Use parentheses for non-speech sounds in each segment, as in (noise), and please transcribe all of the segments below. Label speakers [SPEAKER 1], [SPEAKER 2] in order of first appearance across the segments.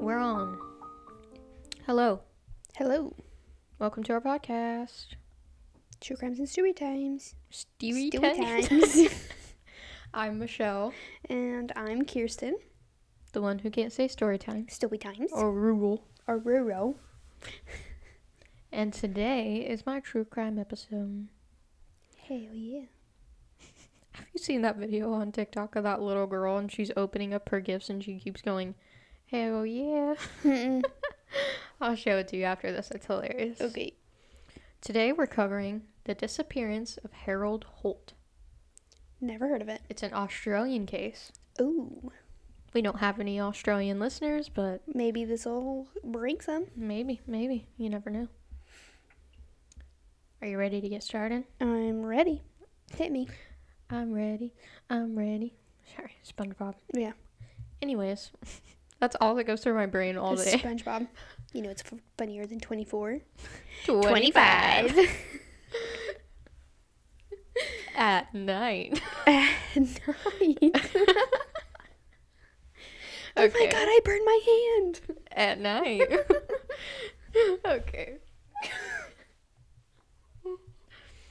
[SPEAKER 1] We're on. Hello.
[SPEAKER 2] Hello.
[SPEAKER 1] Welcome to our podcast.
[SPEAKER 2] True crimes and stewie times.
[SPEAKER 1] Stevie
[SPEAKER 2] Stewie
[SPEAKER 1] Times.
[SPEAKER 2] (laughs) times.
[SPEAKER 1] (laughs) I'm Michelle,
[SPEAKER 2] and I'm Kirsten.
[SPEAKER 1] the one who can't say story time
[SPEAKER 2] Stewie times.
[SPEAKER 1] or rule.
[SPEAKER 2] Or Ruro.
[SPEAKER 1] And today is my true crime episode.
[SPEAKER 2] Hell yeah.
[SPEAKER 1] Have you seen that video on TikTok of that little girl and she's opening up her gifts and she keeps going, "Hell yeah!"
[SPEAKER 2] Mm-mm.
[SPEAKER 1] (laughs) I'll show it to you after this. It's hilarious.
[SPEAKER 2] okay.
[SPEAKER 1] Today we're covering the disappearance of Harold Holt.
[SPEAKER 2] Never heard of it.
[SPEAKER 1] It's an Australian case.
[SPEAKER 2] Ooh.
[SPEAKER 1] We don't have any Australian listeners, but
[SPEAKER 2] Maybe this'll break some.
[SPEAKER 1] maybe, maybe. You never know. Are you ready to get started?
[SPEAKER 2] I'm ready. Hit me.
[SPEAKER 1] I'm ready. I'm ready. Sorry, SpongeBob.
[SPEAKER 2] Yeah.
[SPEAKER 1] Anyways, (laughs) that's all that goes through my brain all day. (laughs)
[SPEAKER 2] SpongeBob. You know it's f- funnier than 24. (laughs) 25.
[SPEAKER 1] (laughs) At night. (laughs)
[SPEAKER 2] nice. (laughs) Oh my god, I burned my hand.
[SPEAKER 1] At night. (laughs) okay.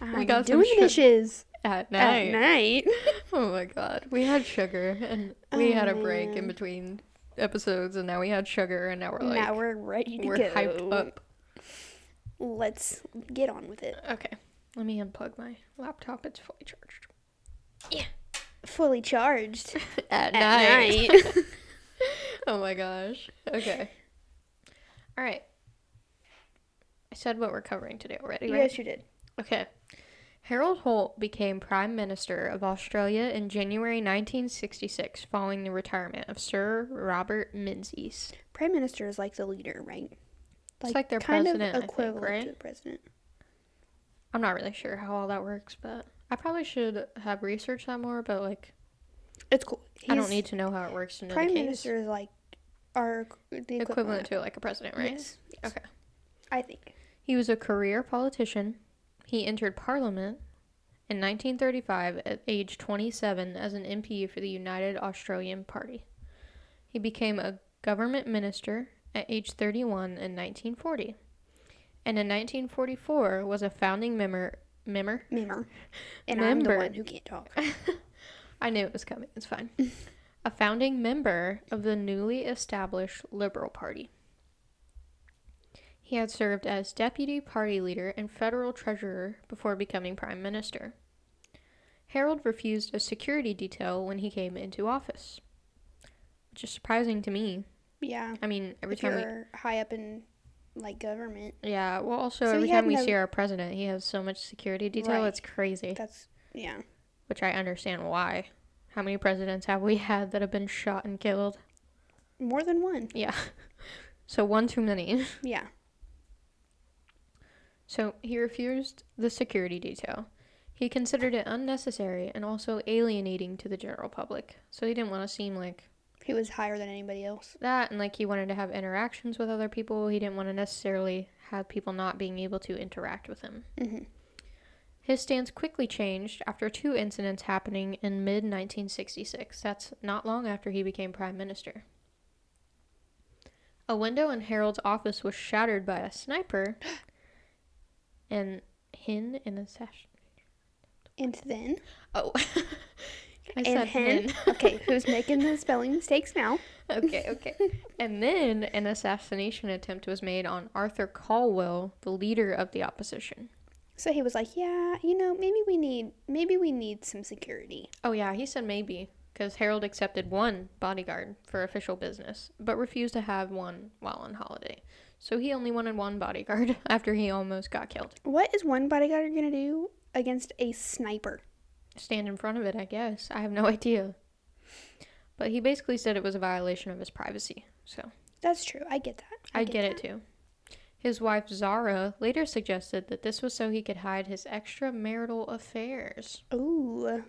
[SPEAKER 2] I'm
[SPEAKER 1] got some
[SPEAKER 2] doing
[SPEAKER 1] shit
[SPEAKER 2] dishes
[SPEAKER 1] At
[SPEAKER 2] at
[SPEAKER 1] night.
[SPEAKER 2] night.
[SPEAKER 1] Oh my god. We had sugar and we
[SPEAKER 2] Oh,
[SPEAKER 1] had a break
[SPEAKER 2] man.
[SPEAKER 1] in between episodes and now we had sugar and now we're like
[SPEAKER 2] now we're ready to
[SPEAKER 1] we're
[SPEAKER 2] go.
[SPEAKER 1] hyped up.
[SPEAKER 2] Let's get on with it.
[SPEAKER 1] Okay. Let me unplug my laptop. It's fully charged. (laughs)
[SPEAKER 2] Fully charged
[SPEAKER 1] At,
[SPEAKER 2] at
[SPEAKER 1] night.
[SPEAKER 2] (laughs) night.
[SPEAKER 1] (laughs) Oh my gosh. Okay. All right. I said what we're covering today already, right?
[SPEAKER 2] yes, you did.
[SPEAKER 1] Okay. Harold Holt became Prime Minister of Australia in January 1966 following the retirement of Sir Robert Menzies.
[SPEAKER 2] Prime minister is like the leader, right?
[SPEAKER 1] like their
[SPEAKER 2] kind
[SPEAKER 1] president, I
[SPEAKER 2] of
[SPEAKER 1] think,
[SPEAKER 2] equivalent to
[SPEAKER 1] right?
[SPEAKER 2] the president.
[SPEAKER 1] I'm not really sure how all that works, but I probably should have researched that more, but like
[SPEAKER 2] It's cool.
[SPEAKER 1] I don't
[SPEAKER 2] He's-
[SPEAKER 1] need to know how it works in the
[SPEAKER 2] prime
[SPEAKER 1] case.
[SPEAKER 2] minister is like our the equivalent,
[SPEAKER 1] equivalent to like a president, right?
[SPEAKER 2] Yes.
[SPEAKER 1] Okay.
[SPEAKER 2] I think.
[SPEAKER 1] He was a career politician. He entered Parliament in 1935 at age 27 as an MP for the United Australian Party. He became a government minister at age 31 in 1940. And in 1944 was a founding member member.
[SPEAKER 2] Member. And I'm the
[SPEAKER 1] Member.
[SPEAKER 2] one who can't
[SPEAKER 1] (laughs)
[SPEAKER 2] talk.
[SPEAKER 1] I knew it was coming. It's
[SPEAKER 2] (laughs)
[SPEAKER 1] fine. a founding member of the newly established Liberal Party. He had served as deputy party leader and federal treasurer before becoming prime minister. Harold refused a security detail when he came into office, which is surprising to me.
[SPEAKER 2] Yeah.
[SPEAKER 1] I mean, every
[SPEAKER 2] if
[SPEAKER 1] time
[SPEAKER 2] you're high up in like government,
[SPEAKER 1] we yeah, well, also
[SPEAKER 2] So
[SPEAKER 1] every
[SPEAKER 2] he had
[SPEAKER 1] time we
[SPEAKER 2] no-
[SPEAKER 1] see our president, he has so much security detail.
[SPEAKER 2] Right.
[SPEAKER 1] It's crazy.
[SPEAKER 2] that's yeah.
[SPEAKER 1] which I understand why. How many presidents have we had that have been shot and killed?
[SPEAKER 2] More than one.
[SPEAKER 1] Yeah. So one too many. (laughs)
[SPEAKER 2] Yeah.
[SPEAKER 1] So he refused the security detail. He considered it unnecessary and also alienating to the general public. So he didn't want to seem like
[SPEAKER 2] He was higher than anybody else.
[SPEAKER 1] that and like he wanted to have interactions with other people. He didn't want to necessarily have people not being able to interact with him.
[SPEAKER 2] Mhm.
[SPEAKER 1] His stance quickly changed after two incidents happening in mid 1966. That's not long after he became prime minister. A window in Harold's office was shattered by a sniper and hin in a sash.
[SPEAKER 2] And then
[SPEAKER 1] Oh. I
[SPEAKER 2] and hen. (laughs) okay, who's making the spelling mistakes now?
[SPEAKER 1] (laughs) Okay, okay. and then an assassination attempt was made on Arthur Caldwell, the leader of the opposition.
[SPEAKER 2] So he was like, "Yeah, you know, maybe we need maybe we need some security."
[SPEAKER 1] Oh, yeah, he said maybe, because Harold accepted one bodyguard for official business, but refused to have one while on holiday. (laughs) So he only wanted one bodyguard after he almost got killed.
[SPEAKER 2] What is one bodyguard gonna do against a sniper.
[SPEAKER 1] Stand in front of it, I guess. I have no idea. But he basically said it was a violation of his privacy. So
[SPEAKER 2] That's true. I get that.
[SPEAKER 1] I, get, it too. His wife Zara later suggested that this was so he could hide his extramarital affairs.
[SPEAKER 2] it. Ooh.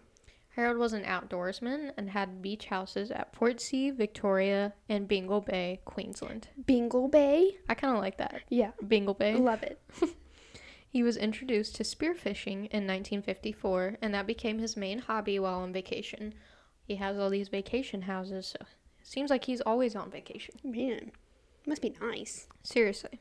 [SPEAKER 1] Harold was an outdoorsman and had beach houses at Portsea, Victoria, and Bingle Bay, Queensland.
[SPEAKER 2] Bingle Bay.
[SPEAKER 1] I kind of like that.
[SPEAKER 2] Yeah.
[SPEAKER 1] Bingle Bay.
[SPEAKER 2] Love it.
[SPEAKER 1] He was introduced to spearfishing in 1954, and that became his main hobby while on vacation. He has all these vacation houses, so it seems like he's always on vacation.
[SPEAKER 2] Man. Must be nice.
[SPEAKER 1] Seriously.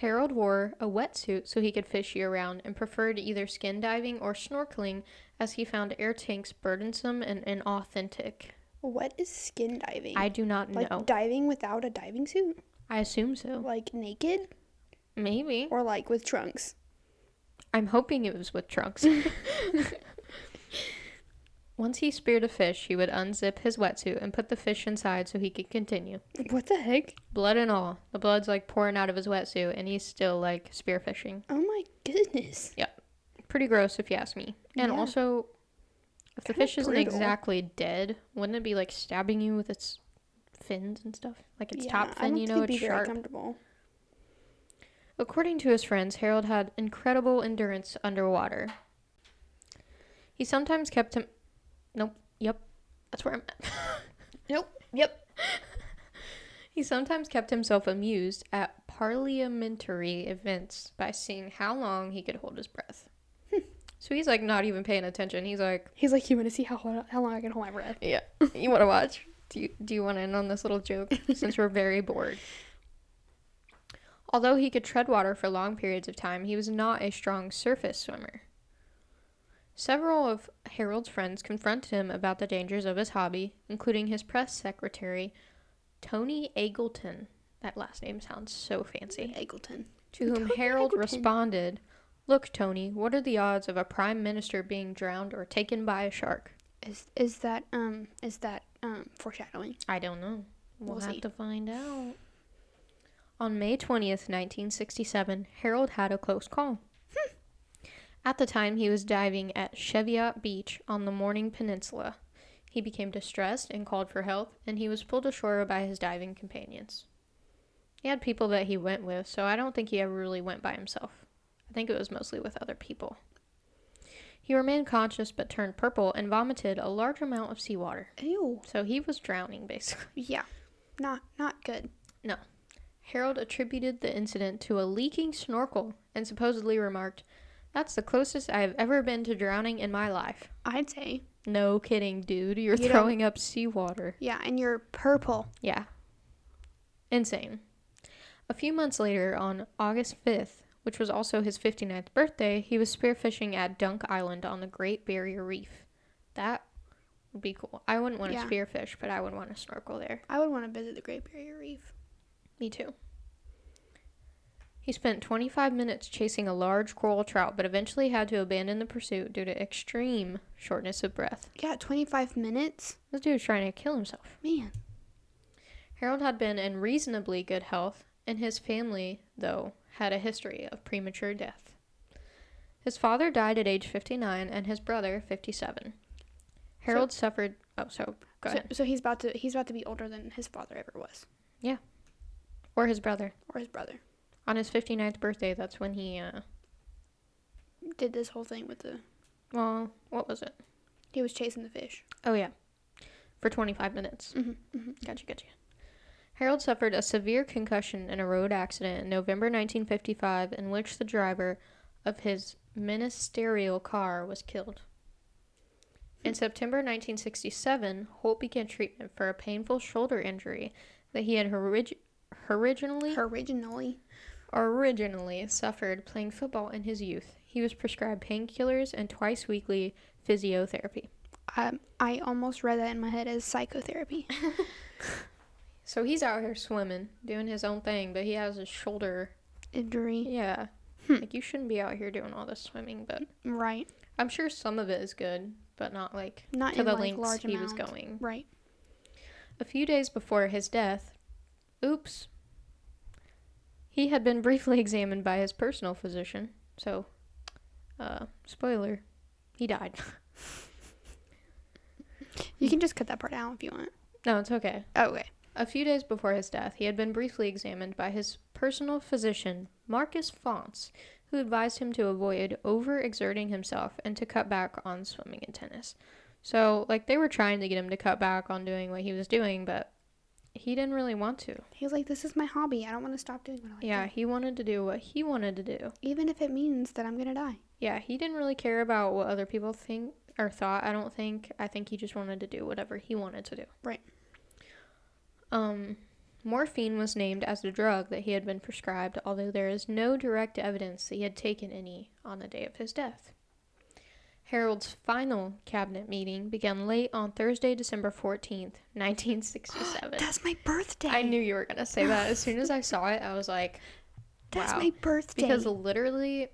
[SPEAKER 1] Harold wore a wetsuit so he could fish year round and preferred either skin diving or snorkeling as he found air tanks burdensome and inauthentic.
[SPEAKER 2] What is skin diving?
[SPEAKER 1] I do not
[SPEAKER 2] like
[SPEAKER 1] know.
[SPEAKER 2] diving without a diving suit?
[SPEAKER 1] I assume so.
[SPEAKER 2] Like naked?
[SPEAKER 1] Maybe.
[SPEAKER 2] Or like with trunks?
[SPEAKER 1] I'm hoping it was with
[SPEAKER 2] (laughs)
[SPEAKER 1] trunks. Once he speared a fish, he would unzip his wetsuit and put the fish inside so he could continue.
[SPEAKER 2] What the heck?
[SPEAKER 1] Blood and all. The blood's like pouring out of his wetsuit and he's still like spearfishing.
[SPEAKER 2] Oh my goodness.
[SPEAKER 1] Pretty gross if you ask me. And
[SPEAKER 2] Yeah.
[SPEAKER 1] also, if the
[SPEAKER 2] Kinda
[SPEAKER 1] fish isn't
[SPEAKER 2] brutal.
[SPEAKER 1] exactly dead, wouldn't it be like stabbing you with its fins and stuff? Like its top
[SPEAKER 2] I
[SPEAKER 1] fin,
[SPEAKER 2] don't
[SPEAKER 1] you
[SPEAKER 2] think
[SPEAKER 1] know,
[SPEAKER 2] it'd
[SPEAKER 1] it's
[SPEAKER 2] be very
[SPEAKER 1] sharp.
[SPEAKER 2] comfortable.
[SPEAKER 1] According to his friends, Harold had incredible endurance underwater. He sometimes kept him. Nope. Yep. That's where I'm at. (laughs)
[SPEAKER 2] Nope. Yep.
[SPEAKER 1] He sometimes kept himself amused at parliamentary events by seeing how long he could hold his breath. (laughs) so he's like not even paying attention. He's like,
[SPEAKER 2] He's like, you want to see how hard- how long I can hold my breath?
[SPEAKER 1] yeah, you want to watch? Do you, do you want to end on this little joke since we're very bored? Although he could tread water for long periods of time, he was not a strong surface swimmer. Several of Harold's friends confronted him about the dangers of his hobby, including his press secretary, Tony Eagleton. That last name sounds so fancy.
[SPEAKER 2] Eggleton.
[SPEAKER 1] To whom
[SPEAKER 2] Tony
[SPEAKER 1] Harold
[SPEAKER 2] Eggleton.
[SPEAKER 1] responded, Look, Tony, what are the odds of a prime minister being drowned or taken by a shark?
[SPEAKER 2] Is is that um is that um foreshadowing?
[SPEAKER 1] I don't know. We'll,
[SPEAKER 2] We'll
[SPEAKER 1] have
[SPEAKER 2] see.
[SPEAKER 1] to find out. On May 20th, 1967, Harold had a close call. Hmm. At the time, he was diving at Cheviot Beach on the Morning Peninsula. He became distressed and called for help, and he was pulled ashore by his diving companions. He had people that he went with, so I don't think he ever really went by himself. I think it was mostly with other people. He remained conscious but turned purple and vomited a large amount of seawater.
[SPEAKER 2] Ew.
[SPEAKER 1] So he was drowning, basically.
[SPEAKER 2] Yeah. Not not good.
[SPEAKER 1] Harold attributed the incident to a leaking snorkel and supposedly remarked, That's the closest I have ever been to drowning in my life.
[SPEAKER 2] I'd say.
[SPEAKER 1] No kidding, dude. You're
[SPEAKER 2] You don't-
[SPEAKER 1] throwing up seawater.
[SPEAKER 2] Yeah, and you're purple.
[SPEAKER 1] Yeah. Insane. A few months later, on August 5th, which was also his 59th birthday, he was spearfishing at Dunk Island on the Great Barrier Reef. That would be cool. I wouldn't want to
[SPEAKER 2] Yeah.
[SPEAKER 1] spearfish, but I would want to snorkel there.
[SPEAKER 2] I would want to visit the Great Barrier Reef.
[SPEAKER 1] Me too. He spent 25 minutes chasing a large coral trout, but eventually had to abandon the pursuit due to extreme shortness of breath.
[SPEAKER 2] Yeah, 25 minutes.
[SPEAKER 1] This dude's trying to kill himself.
[SPEAKER 2] Man.
[SPEAKER 1] Harold had been in reasonably good health, and his family, though, had a history of premature death. His father died at age 59 and his brother 57. Harold suffered. Oh, so go
[SPEAKER 2] So,
[SPEAKER 1] ahead.
[SPEAKER 2] so he's about to he's about to be older than his father ever was
[SPEAKER 1] Or his brother.
[SPEAKER 2] or his brother.
[SPEAKER 1] On his 59th birthday, that's when he, uh,
[SPEAKER 2] Did this whole thing with the
[SPEAKER 1] well, what was it?
[SPEAKER 2] he was chasing the fish.
[SPEAKER 1] Oh, yeah. For 25 minutes.
[SPEAKER 2] Mhm. mhm.
[SPEAKER 1] Gotcha, gotcha. Harold suffered a severe concussion in a road accident in November 1955, in which the driver of his ministerial car was killed. In September 1967, Holt began treatment for a painful shoulder injury that he had orig- originally
[SPEAKER 2] Originally,
[SPEAKER 1] originally suffered playing football in his youth. He was prescribed painkillers and twice weekly physiotherapy.
[SPEAKER 2] um, I almost read that in my head as psychotherapy.
[SPEAKER 1] So he's out here swimming, doing his own thing, but he has his shoulder
[SPEAKER 2] (laughs) Injury,
[SPEAKER 1] Yeah.
[SPEAKER 2] Hmm.
[SPEAKER 1] Like you shouldn't be out here doing all this swimming, but
[SPEAKER 2] right?
[SPEAKER 1] I'm sure some of it is good, but not like
[SPEAKER 2] Not
[SPEAKER 1] to
[SPEAKER 2] in
[SPEAKER 1] the
[SPEAKER 2] like
[SPEAKER 1] lengths
[SPEAKER 2] large
[SPEAKER 1] he was
[SPEAKER 2] amount.
[SPEAKER 1] going.
[SPEAKER 2] Right.
[SPEAKER 1] A few days before his death, oops. (laughs) He had been briefly examined by his personal physician, so Uh, spoiler, he died. (laughs) Hmm.
[SPEAKER 2] You can just cut that part out if you want.
[SPEAKER 1] no, it's okay.
[SPEAKER 2] Oh, okay.
[SPEAKER 1] A few days before his death, he had been briefly examined by his personal physician, Marcus Fonts, who advised him to avoid overexerting himself and to cut back on swimming and tennis. So, like, they were trying to get him to cut back on doing what he was doing, but he didn't really want to.
[SPEAKER 2] He was like, "This is my hobby. I don't want to stop doing what I like."
[SPEAKER 1] Yeah,
[SPEAKER 2] doing,
[SPEAKER 1] he wanted to do what he wanted to do.
[SPEAKER 2] Even if it means that I'm gonna die.
[SPEAKER 1] Yeah, he didn't really care about what other people think or thought. I don't think. I think he just wanted to do whatever he wanted to do.
[SPEAKER 2] Right.
[SPEAKER 1] Um, morphine was named as the drug that he had been prescribed, although there is no direct evidence that he had taken any on the day of his death. Harold's final cabinet meeting began late on Thursday, December 14th,
[SPEAKER 2] (gasps)
[SPEAKER 1] 1967.
[SPEAKER 2] That's my birthday.
[SPEAKER 1] I knew you were going to say that. As soon as I saw it, I was like,
[SPEAKER 2] That's
[SPEAKER 1] wow.
[SPEAKER 2] my birthday.
[SPEAKER 1] Because literally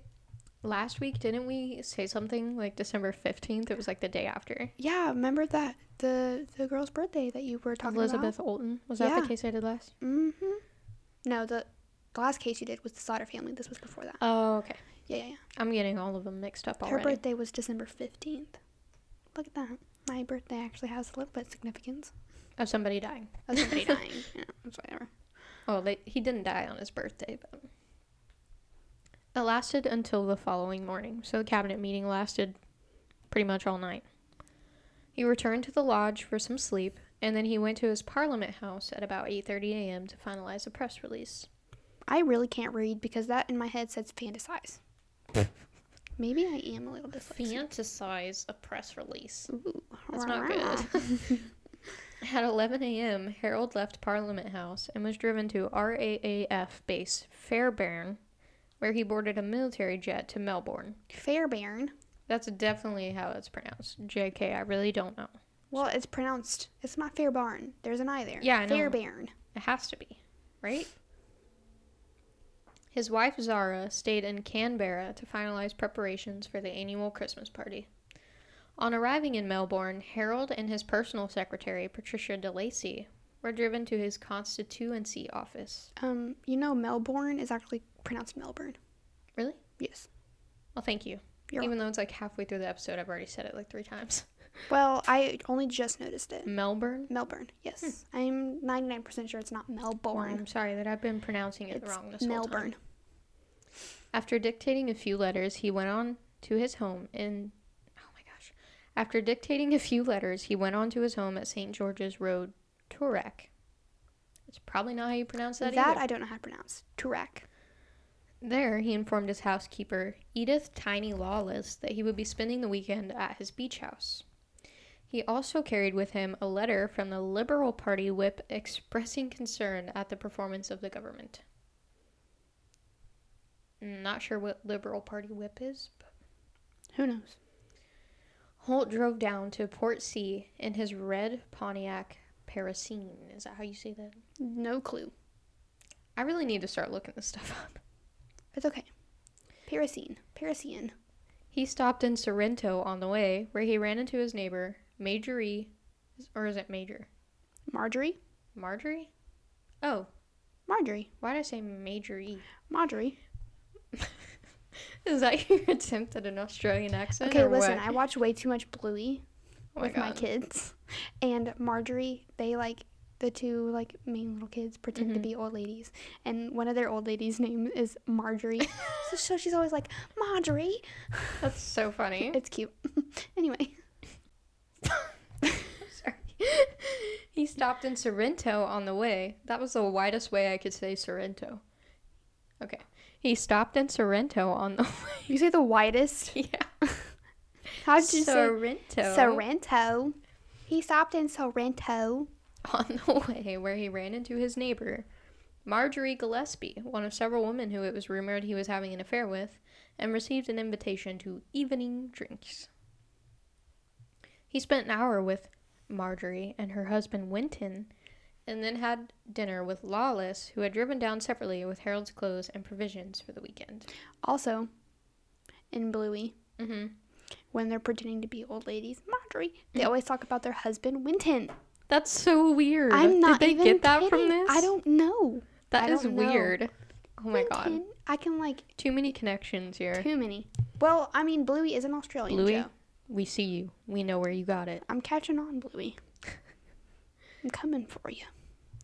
[SPEAKER 1] last week, didn't we say something like December 15th? It was like the day after.
[SPEAKER 2] yeah, remember that the the girl's birthday that you were talking
[SPEAKER 1] Elizabeth Olton. Was that
[SPEAKER 2] Yeah.
[SPEAKER 1] the case I did last?
[SPEAKER 2] about. Elizabeth. Mm-hmm. No, the the last case you did was the Slaughter family. This was before that.
[SPEAKER 1] Oh, okay.
[SPEAKER 2] Yeah, yeah, yeah.
[SPEAKER 1] I'm getting all of them mixed up
[SPEAKER 2] Her
[SPEAKER 1] already.
[SPEAKER 2] birthday was December fifteenth. Look at that. My birthday actually has a little bit of significance.
[SPEAKER 1] Of somebody dying. (laughs)
[SPEAKER 2] Of somebody dying. Yeah, it's whatever.
[SPEAKER 1] Oh, they, he didn't die on his birthday, but. It lasted until the following morning, so the cabinet meeting lasted pretty much all night. He returned to the lodge for some sleep, and then he went to his parliament house at about 8:30 a.m. to finalize a press release.
[SPEAKER 2] I really can't read because that in my head says
[SPEAKER 1] (laughs)
[SPEAKER 2] fantasize. Maybe I am a little dyslexic.
[SPEAKER 1] Fantasize a press release.
[SPEAKER 2] Ooh,
[SPEAKER 1] That's not (laughs) good. At 11 a.m., Harold left Parliament House and was driven to RAAF base Fairbairn, where he boarded a military jet to Melbourne.
[SPEAKER 2] Fairbairn.
[SPEAKER 1] That's definitely how it's pronounced. JK, I really don't know.
[SPEAKER 2] Well, it's pronounced. It's not Fairbarn. There's an I there.
[SPEAKER 1] Yeah, I know.
[SPEAKER 2] Fairbairn.
[SPEAKER 1] It has to be, right? His wife Zara stayed in Canberra to finalize preparations for the annual Christmas party. On arriving in Melbourne, Harold and his personal secretary, Patricia de Lacy, were driven to his constituency office.
[SPEAKER 2] Um, you know, Melbourne is actually pronounced Melbourne.
[SPEAKER 1] Really?
[SPEAKER 2] Yes.
[SPEAKER 1] Well, thank you.
[SPEAKER 2] You're
[SPEAKER 1] Even though it's like halfway through the episode, I've already said it like three times.
[SPEAKER 2] Well, I only just noticed it.
[SPEAKER 1] Melbourne?
[SPEAKER 2] Melbourne. Yes.
[SPEAKER 1] Hmm.
[SPEAKER 2] I'm 99% sure it's not
[SPEAKER 1] Oh,
[SPEAKER 2] Melbourne.
[SPEAKER 1] I'm sorry that I've been pronouncing it
[SPEAKER 2] It's
[SPEAKER 1] wrong this whole time.
[SPEAKER 2] Melbourne.
[SPEAKER 1] After dictating a few letters, he went on to his home in. Oh my gosh. After dictating a few letters, he went on to his home at St. George's Road, Turek. It's probably not how you pronounce that,
[SPEAKER 2] That,
[SPEAKER 1] either.
[SPEAKER 2] I don't know how to pronounce. Turek.
[SPEAKER 1] There, he informed his housekeeper, Edith Tiny Lawless, that he would be spending the weekend at his beach house. He also carried with him a letter from the Liberal Party whip expressing concern at the performance of the government. Not sure what Liberal Party whip is, but.
[SPEAKER 2] Who knows?
[SPEAKER 1] Holt drove down to Port Sea in his red Pontiac Parasine. Is that how you say that?
[SPEAKER 2] No clue.
[SPEAKER 1] I really need to start looking this stuff up.
[SPEAKER 2] It's okay. Parisian. Parisian.
[SPEAKER 1] He stopped in Sorrento on the way, where he ran into his neighbor, Majorie, or is it Major?
[SPEAKER 2] Marjorie.
[SPEAKER 1] Marjorie? Oh,
[SPEAKER 2] Marjorie.
[SPEAKER 1] why did I say Majorie?
[SPEAKER 2] Marjorie.
[SPEAKER 1] Is that (laughs) your attempt at an Australian accent?
[SPEAKER 2] Okay,
[SPEAKER 1] or
[SPEAKER 2] listen,
[SPEAKER 1] what?
[SPEAKER 2] I watch way too much Bluey.
[SPEAKER 1] Oh
[SPEAKER 2] with my
[SPEAKER 1] God.
[SPEAKER 2] kids. (laughs) And Marjorie, they like the two like main little kids pretend to
[SPEAKER 1] Mhm.
[SPEAKER 2] be old ladies, and one of their old ladies' (laughs) name is Marjorie.
[SPEAKER 1] (laughs)
[SPEAKER 2] so, so she's always like Marjorie.
[SPEAKER 1] That's so funny.
[SPEAKER 2] It's cute. (laughs) anyway,
[SPEAKER 1] Sorry. (laughs) he stopped in Sorrento on the way. That was the widest way I could say Sorrento. Okay. He stopped in Sorrento on the (laughs)
[SPEAKER 2] you say the widest.
[SPEAKER 1] way. yeah.
[SPEAKER 2] How did you
[SPEAKER 1] Sorrento
[SPEAKER 2] say Sorrento? He stopped in Sorrento.
[SPEAKER 1] (laughs) on the way where he ran into his neighbor, Marjorie Gillespie, one of several women who it was rumored he was having an affair with, and received an invitation to evening drinks. He spent an hour with Marjorie and her husband Winton, and then had dinner with Lawless, who had driven down separately with Harold's clothes and provisions for the weekend.
[SPEAKER 2] Also, in Bluey,
[SPEAKER 1] Mm-hmm.
[SPEAKER 2] when they're pretending to be old ladies, Marjorie,
[SPEAKER 1] Mm.
[SPEAKER 2] they always talk about their husband Winton.
[SPEAKER 1] That's so weird.
[SPEAKER 2] I'm not
[SPEAKER 1] Did they
[SPEAKER 2] even
[SPEAKER 1] get that from
[SPEAKER 2] kidding.
[SPEAKER 1] this?
[SPEAKER 2] I don't know.
[SPEAKER 1] That
[SPEAKER 2] I
[SPEAKER 1] is
[SPEAKER 2] don't know.
[SPEAKER 1] weird. Oh my god.
[SPEAKER 2] Winton. I can like
[SPEAKER 1] Too many connections here.
[SPEAKER 2] Too many. Well, I mean, Bluey is an Australian.
[SPEAKER 1] Bluey?
[SPEAKER 2] Joe.
[SPEAKER 1] We see you. We know where you got it.
[SPEAKER 2] I'm catching on, Bluey. (laughs) I'm coming for you.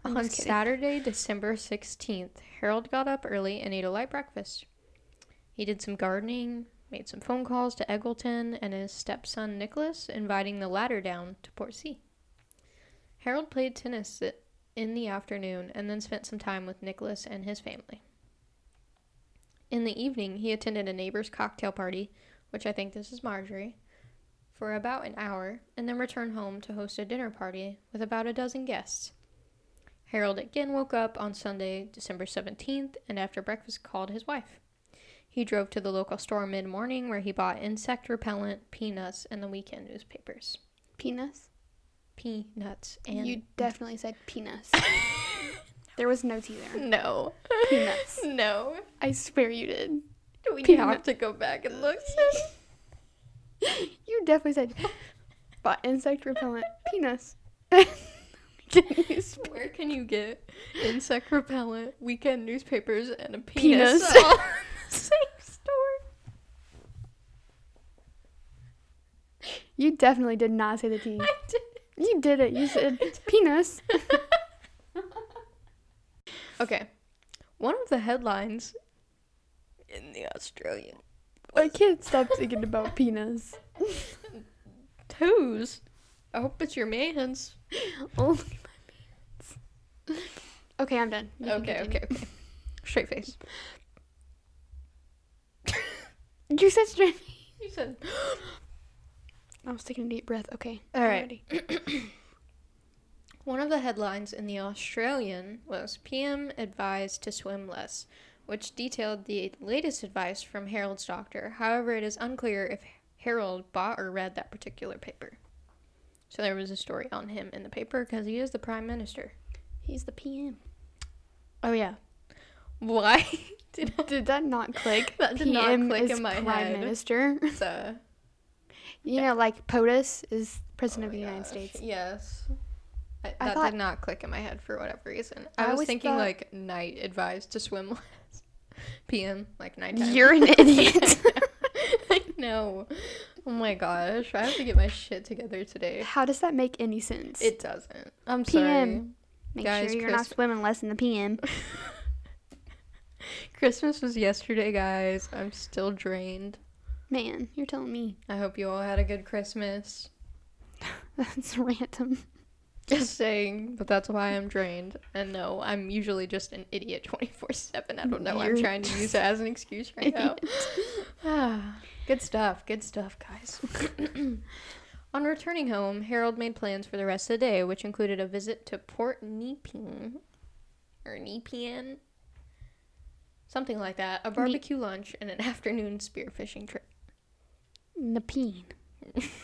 [SPEAKER 2] I'm
[SPEAKER 1] On
[SPEAKER 2] just kidding.
[SPEAKER 1] Saturday, December 16th, Harold got up early and ate a light breakfast. He did some gardening, made some phone calls to Eggleton and his stepson Nicholas, inviting the latter down to Port Sea. Harold played tennis i- in the afternoon and then spent some time with Nicholas and his family. In the evening, he attended a neighbor's cocktail party, which I think this is Marjorie, for about an hour, and then returned home to host a dinner party with about a dozen guests. Harold again woke up on Sunday, December 17th, and after breakfast called his wife. He drove to the local store mid morning where he bought insect repellent, peanuts, and the weekend newspapers.
[SPEAKER 2] Penis?
[SPEAKER 1] Peanuts and.
[SPEAKER 2] you definitely said
[SPEAKER 1] (laughs)
[SPEAKER 2] penis. there was no T there.
[SPEAKER 1] No.
[SPEAKER 2] Peanuts.
[SPEAKER 1] (laughs) No.
[SPEAKER 2] I swear you did.
[SPEAKER 1] We
[SPEAKER 2] Peanut-
[SPEAKER 1] have to go back and (laughs) look.
[SPEAKER 2] You
[SPEAKER 1] (laughs)
[SPEAKER 2] definitely said bought insect repellent penis. Didn't you sp-
[SPEAKER 1] Where can you get insect repellent, weekend newspapers, and a penis?
[SPEAKER 2] Penis.
[SPEAKER 1] all in the (laughs) same store.
[SPEAKER 2] you definitely did not say the T.
[SPEAKER 1] I did
[SPEAKER 2] You did it.
[SPEAKER 1] (laughs)
[SPEAKER 2] You said penis.
[SPEAKER 1] Okay. One of the headlines in the Australian
[SPEAKER 2] I can't stop thinking about penis.
[SPEAKER 1] toes. I hope it's your man's.
[SPEAKER 2] (laughs) Only my pants. (laughs) Okay, I'm done. You can
[SPEAKER 1] (laughs) Okay,
[SPEAKER 2] continue.
[SPEAKER 1] okay, okay. Straight face.
[SPEAKER 2] You said straight.
[SPEAKER 1] You said
[SPEAKER 2] I was taking a deep breath. Okay.
[SPEAKER 1] All right.
[SPEAKER 2] already.
[SPEAKER 1] one of the headlines in the Australian was PM advised to swim less, which detailed the latest advice from Harold's doctor. However, it is unclear if Harold bought or read that particular paper. So there was a story on him in the paper because he is the prime minister.
[SPEAKER 2] He's the PM.
[SPEAKER 1] Oh yeah. (laughs) Why (laughs) did I
[SPEAKER 2] Did that not click?
[SPEAKER 1] (laughs) That did not click
[SPEAKER 2] is
[SPEAKER 1] in my
[SPEAKER 2] prime
[SPEAKER 1] head. (laughs)
[SPEAKER 2] minister.
[SPEAKER 1] uh,
[SPEAKER 2] You know, like POTUS is president
[SPEAKER 1] Oh
[SPEAKER 2] of the
[SPEAKER 1] my
[SPEAKER 2] United
[SPEAKER 1] gosh,
[SPEAKER 2] States.
[SPEAKER 1] Yes. I,
[SPEAKER 2] I
[SPEAKER 1] that
[SPEAKER 2] thought-
[SPEAKER 1] did not click in my head for whatever reason.
[SPEAKER 2] I
[SPEAKER 1] I, was
[SPEAKER 2] always
[SPEAKER 1] thinking
[SPEAKER 2] thought-
[SPEAKER 1] like night advised to swim (laughs) less. PM, like nighttime. (laughs)
[SPEAKER 2] You're an idiot.
[SPEAKER 1] I know. Oh my gosh. I have to get my shit together today.
[SPEAKER 2] (laughs) How does that make any sense?
[SPEAKER 1] It doesn't. I'm
[SPEAKER 2] PM. make
[SPEAKER 1] guys,
[SPEAKER 2] sure you're not
[SPEAKER 1] Chris-
[SPEAKER 2] swimming less than the PM.
[SPEAKER 1] sorry. Christmas was yesterday, guys. I'm still drained.
[SPEAKER 2] Man, you're telling me (laughs)
[SPEAKER 1] I hope you all had a good Christmas.
[SPEAKER 2] that's random.
[SPEAKER 1] Just saying, but that's why I'm drained. And no, I'm usually just an idiot 24 7. I don't know.
[SPEAKER 2] You're
[SPEAKER 1] I'm trying to use it as an excuse right
[SPEAKER 2] (laughs)
[SPEAKER 1] now.
[SPEAKER 2] Idiot.
[SPEAKER 1] Ah, (sighs) good stuff. Good stuff, guys. (coughs) On returning home, Harold made plans for the rest of the day, which included a visit to Port Nepean. Or Nepean? Something like that. A barbecue lunch and an (laughs) afternoon spearfishing trip. (laughs)
[SPEAKER 2] Nepine.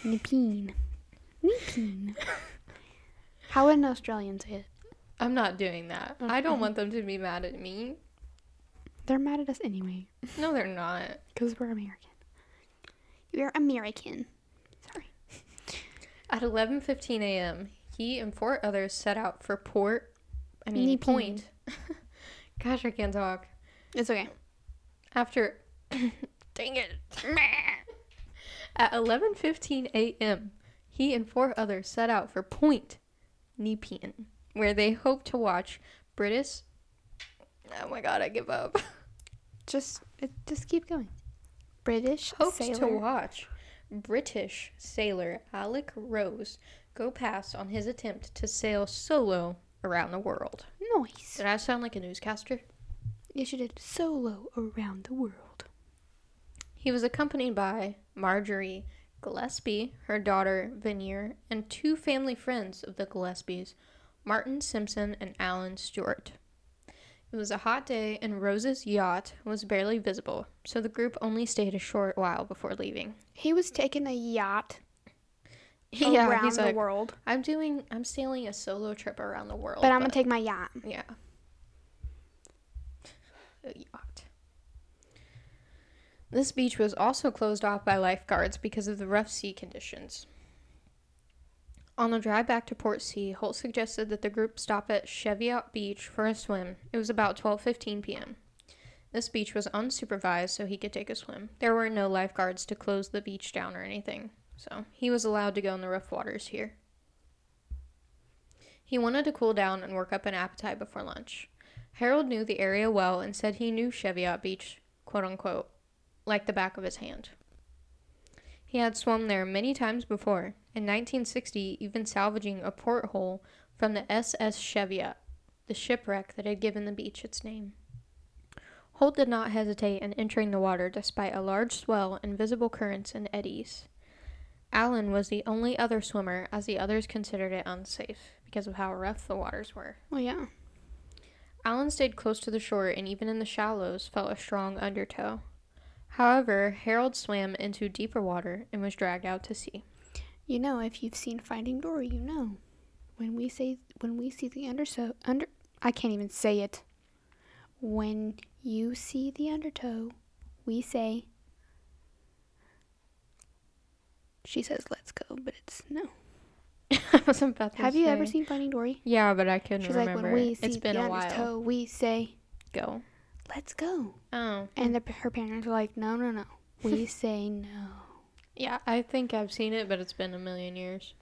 [SPEAKER 2] Nepine. Nepine. How would an Australian say it?
[SPEAKER 1] I'm not doing that. I don't
[SPEAKER 2] Okay.
[SPEAKER 1] want them to be mad at me.
[SPEAKER 2] They're mad at us anyway
[SPEAKER 1] No, they're not.
[SPEAKER 2] because we're American. You're American. Sorry.
[SPEAKER 1] At 11:15 a.m., he and four others set out for Port. I mean,
[SPEAKER 2] Nepean.
[SPEAKER 1] Point. (laughs) Gosh, I can't talk.
[SPEAKER 2] It's okay.
[SPEAKER 1] After, (coughs) dang it. (coughs) At 11:15 a.m., he and four others set out for Point Nepean, where they hoped to watch British. Oh my God, I give up. (laughs)
[SPEAKER 2] Just it, just keep going. British
[SPEAKER 1] Hoped
[SPEAKER 2] sailor.
[SPEAKER 1] to watch British sailor Alec Rose go past on his attempt to sail solo around the world.
[SPEAKER 2] Nice.
[SPEAKER 1] Did I sound like a newscaster?
[SPEAKER 2] You should did solo around the world.
[SPEAKER 1] He was accompanied by Marjorie Gillespie, her daughter Veneer, and two family friends of the Gillespies, Martin Simpson and Alan Stewart. It was a hot day, and Rose's yacht was barely visible, so the group only stayed a short while before leaving.
[SPEAKER 2] He was taking a yacht around
[SPEAKER 1] he's
[SPEAKER 2] the
[SPEAKER 1] like,
[SPEAKER 2] world,
[SPEAKER 1] I'm doing, I'm sailing a solo trip around the world.
[SPEAKER 2] but I'm gonna take my yacht.
[SPEAKER 1] Yeah. A yacht. This beach was also closed off by lifeguards because of the rough sea conditions. On the drive back to Port Sea, Holt suggested that the group stop at Cheviot Beach for a swim. It was about 12:15 p.m. This beach was unsupervised, so he could take a swim. There were no lifeguards to close the beach down or anything, so he was allowed to go in the rough waters here. He wanted to cool down and work up an appetite before lunch. Harold knew the area well and said he knew Cheviot Beach, quote unquote, like the back of his hand. He had swum there many times before, in 1960, even salvaging a porthole from the SS Cheviot, the shipwreck that had given the beach its name. Holt did not hesitate in entering the water despite a large swell and visible currents and eddies. Allen was the only other swimmer, as the others considered it unsafe because of how rough the waters were.
[SPEAKER 2] Well, yeah.
[SPEAKER 1] Allen stayed close to the shore and even in the shallows felt a strong undertow. However, Harold swam into deeper water and was dragged out to sea. (laughs)
[SPEAKER 2] You know, if you've seen Finding Dory, you know. When we say when we see the undertow under I can't even say it. When you see the undertow, we say She says let's go, but it's no.
[SPEAKER 1] I was about to
[SPEAKER 2] Have you ever
[SPEAKER 1] say-
[SPEAKER 2] seen Finding Dory?
[SPEAKER 1] Yeah, but I couldn't
[SPEAKER 2] She's like
[SPEAKER 1] remember.
[SPEAKER 2] when we
[SPEAKER 1] it.
[SPEAKER 2] see
[SPEAKER 1] has been
[SPEAKER 2] the
[SPEAKER 1] a while.
[SPEAKER 2] undertow, we say
[SPEAKER 1] Go.
[SPEAKER 2] let's go.
[SPEAKER 1] Oh.
[SPEAKER 2] And the, her parents are like no, no, no.
[SPEAKER 1] (laughs)
[SPEAKER 2] We say no.
[SPEAKER 1] Yeah, I think I've seen it, but it's been a million years.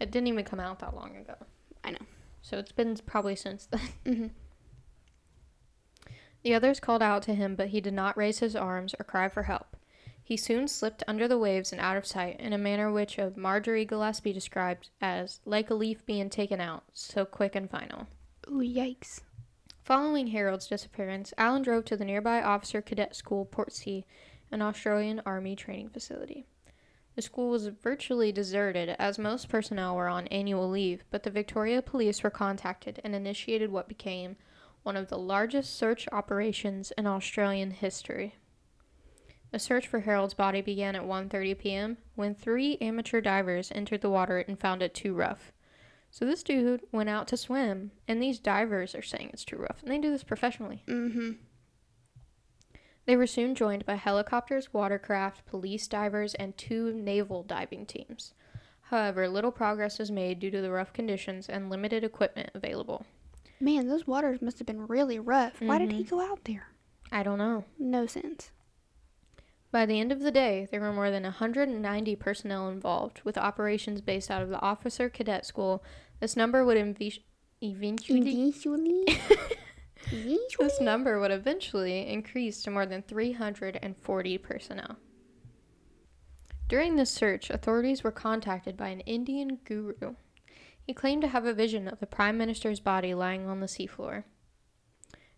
[SPEAKER 1] It didn't even come out that long ago.
[SPEAKER 2] I know.
[SPEAKER 1] So it's been probably since then. (laughs)
[SPEAKER 2] Mhm.
[SPEAKER 1] The others called out to him, but he did not raise his arms or cry for help. He soon slipped under the waves and out of sight in a manner which of Marjorie Gillespie described as like a leaf being taken out, so quick and final.
[SPEAKER 2] Ooh, yikes.
[SPEAKER 1] Following Harold's disappearance, Allen drove to the nearby Officer Cadet School, Portsea, an Australian Army training facility. The school was virtually deserted as most personnel were on annual leave, but the Victoria Police were contacted and initiated what became one of the largest search operations in Australian history. The search for Harold's body began at 1:30 p.m. when three amateur divers entered the water and found it too rough. So this dude went out to swim, and these divers are saying it's too rough, and they do this professionally.
[SPEAKER 2] Mm-hmm.
[SPEAKER 1] They were soon joined by helicopters, watercraft, police divers, and two naval diving teams. However, little progress was made due to the rough conditions and limited equipment available.
[SPEAKER 2] Man, those waters must have been really rough. Why did
[SPEAKER 1] Mm-hmm.
[SPEAKER 2] he go out there?
[SPEAKER 1] I don't know.
[SPEAKER 2] No sense.
[SPEAKER 1] By the end of the day, there were more than 190 personnel involved, with operations based out of the Officer Cadet School. This number would envi- eventually
[SPEAKER 2] (laughs) Eventually. Eventually.
[SPEAKER 1] this number would eventually increase to more than 340 personnel. During this search, authorities were contacted by an Indian guru. He claimed to have a vision of the prime minister's body lying on the seafloor.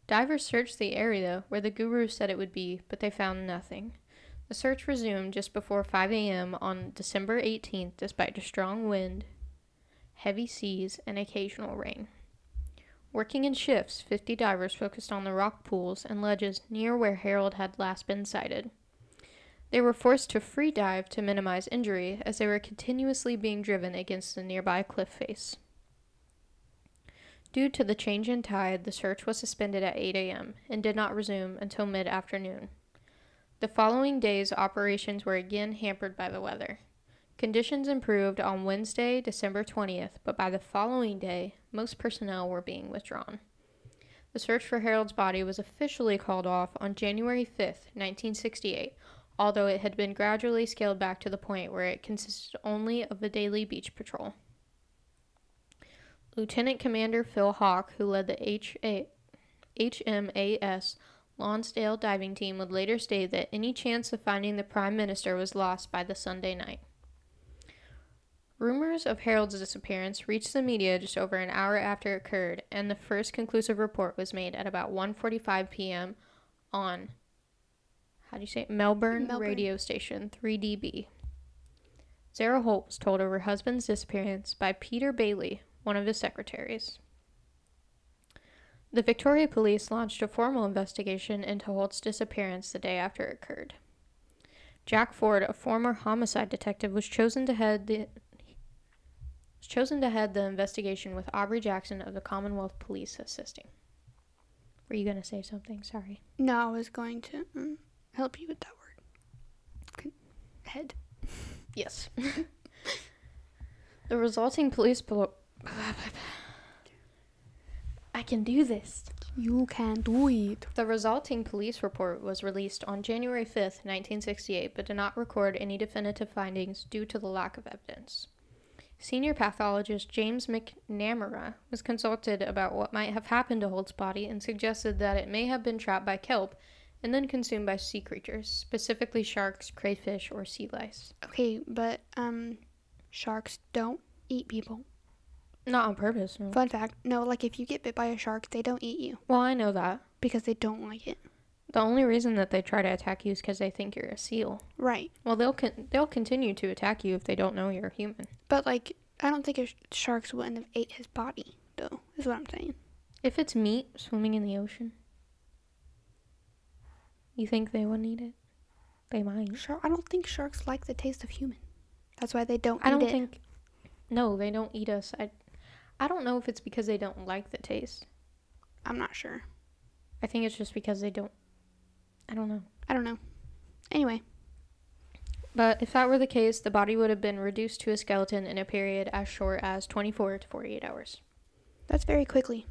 [SPEAKER 1] Divers searched the area where the guru said it would be, but they found nothing. The search resumed just before 5 a.m. on December 18th, despite a strong wind, heavy seas, and occasional rain. Working in shifts, 50 divers focused on the rock pools and ledges near where Harold had last been sighted. They were forced to free dive to minimize injury as they were continuously being driven against the nearby cliff face. Due to the change in tide, the search was suspended at 8 a.m. and did not resume until mid afternoon. The following day's operations were again hampered by the weather. Conditions improved on Wednesday, December 20th, but by the following day, most personnel were being withdrawn. The search for Harold's body was officially called off on January 5th, 1968, although it had been gradually scaled back to the point where it consisted only of a daily beach patrol. Lieutenant Commander Phil Hawk, who led the HA- HMAS Lonsdale diving team, would later state that any chance of finding the Prime Minister was lost by the Sunday night. Rumors of Harold's disappearance reached the media just over an hour after it occurred, and the first conclusive report was made at about 1:45 p.m. on how do you say it? Melbourne,
[SPEAKER 2] Melbourne.
[SPEAKER 1] radio station 3DB. Sarah Holt was told of her husband's disappearance by Peter Bailey, one of his secretaries. The Victoria Police launched a formal investigation into Holt's disappearance the day after it occurred. Jack Ford, a former homicide detective, was chosen to head the was chosen to head the investigation with Aubrey Jackson of the Commonwealth Police assisting. Were you going to say something? Sorry.
[SPEAKER 2] No, I was going to mm, help you with that word. Con- Head.
[SPEAKER 1] (laughs) Yes. the resulting police. pol- I can do this.
[SPEAKER 2] You can do it.
[SPEAKER 1] The resulting police report was released on January 5, 1968, but did not record any definitive findings due to the lack of evidence. Senior pathologist James McNamara was consulted about what might have happened to Holt's body and suggested that it may have been trapped by kelp and then consumed by sea creatures, specifically sharks, crayfish, or sea lice.
[SPEAKER 2] Okay, but um, sharks don't eat people.
[SPEAKER 1] Not on purpose, no.
[SPEAKER 2] Fun fact: No, like if you get bit by a shark, they don't eat you
[SPEAKER 1] Well, I know that.
[SPEAKER 2] because they don't like it.
[SPEAKER 1] The only reason that they try to attack you is because they think you're a seal.
[SPEAKER 2] Right.
[SPEAKER 1] Well, they'll con- they'll continue to attack you if they don't know you're a human.
[SPEAKER 2] But like, I don't think if sh- sharks wouldn't have ate his body, though. Is what I'm saying.
[SPEAKER 1] If it's meat swimming in the ocean, you think they wouldn't eat it? They might.
[SPEAKER 2] Sure. I don't think sharks like the taste of human. That's why they don't.
[SPEAKER 1] I don't
[SPEAKER 2] eat it.
[SPEAKER 1] think. No, they don't eat us. I, I don't know if it's because they don't like the taste.
[SPEAKER 2] I'm not sure.
[SPEAKER 1] I think it's just because they don't. I don't know.
[SPEAKER 2] I don't know. Anyway,
[SPEAKER 1] But if that were the case, the body would have been reduced to a skeleton in a period as short as 24 to 48 hours.
[SPEAKER 2] that's very quickly.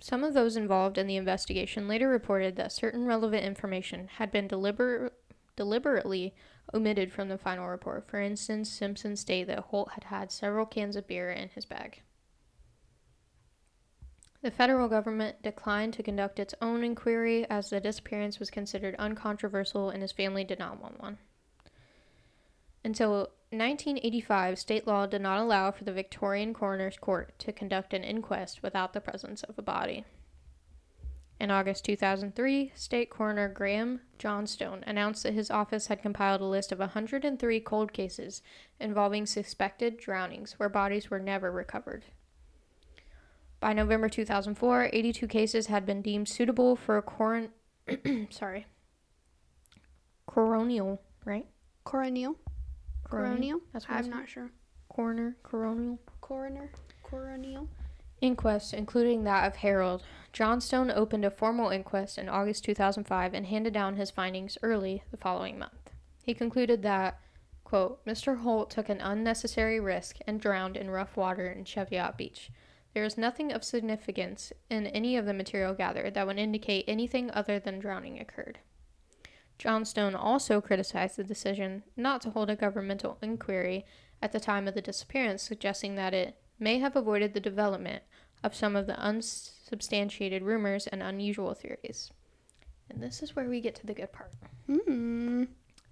[SPEAKER 1] Some of those involved in the investigation later reported that certain relevant information had been deliber- deliberately omitted from the final report. For instance, Simpson stated that Holt had had several cans of beer in his bag. The federal government declined to conduct its own inquiry as the disappearance was considered uncontroversial and his family did not want one. Until 1985, state law did not allow for the Victorian Coroner's Court to conduct an inquest without the presence of a body. In August 2003, State Coroner Graham Johnstone announced that his office had compiled a list of 103 cold cases involving suspected drownings where bodies were never recovered. By November 2004, 82 cases had been deemed suitable for a coron- (clears throat) sorry, coronial, right?
[SPEAKER 2] Coronial. Coronial.
[SPEAKER 1] That's what I
[SPEAKER 2] I'm
[SPEAKER 1] said.
[SPEAKER 2] not sure.
[SPEAKER 1] Coroner, coronial
[SPEAKER 2] Coroner. Coronial.
[SPEAKER 1] inquest, including that of Harold. Johnstone opened a formal inquest in August 2005 and handed down his findings early the following month. He concluded that, quote, Mr. Holt took an unnecessary risk and drowned in rough water in Cheviot Beach. There is nothing of significance in any of the material gathered that would indicate anything other than drowning occurred. Johnstone also criticized the decision not to hold a governmental inquiry at the time of the disappearance, suggesting that it may have avoided the development of some of the unsubstantiated rumors and unusual theories. And this is where we get to the good part.
[SPEAKER 2] Hmm.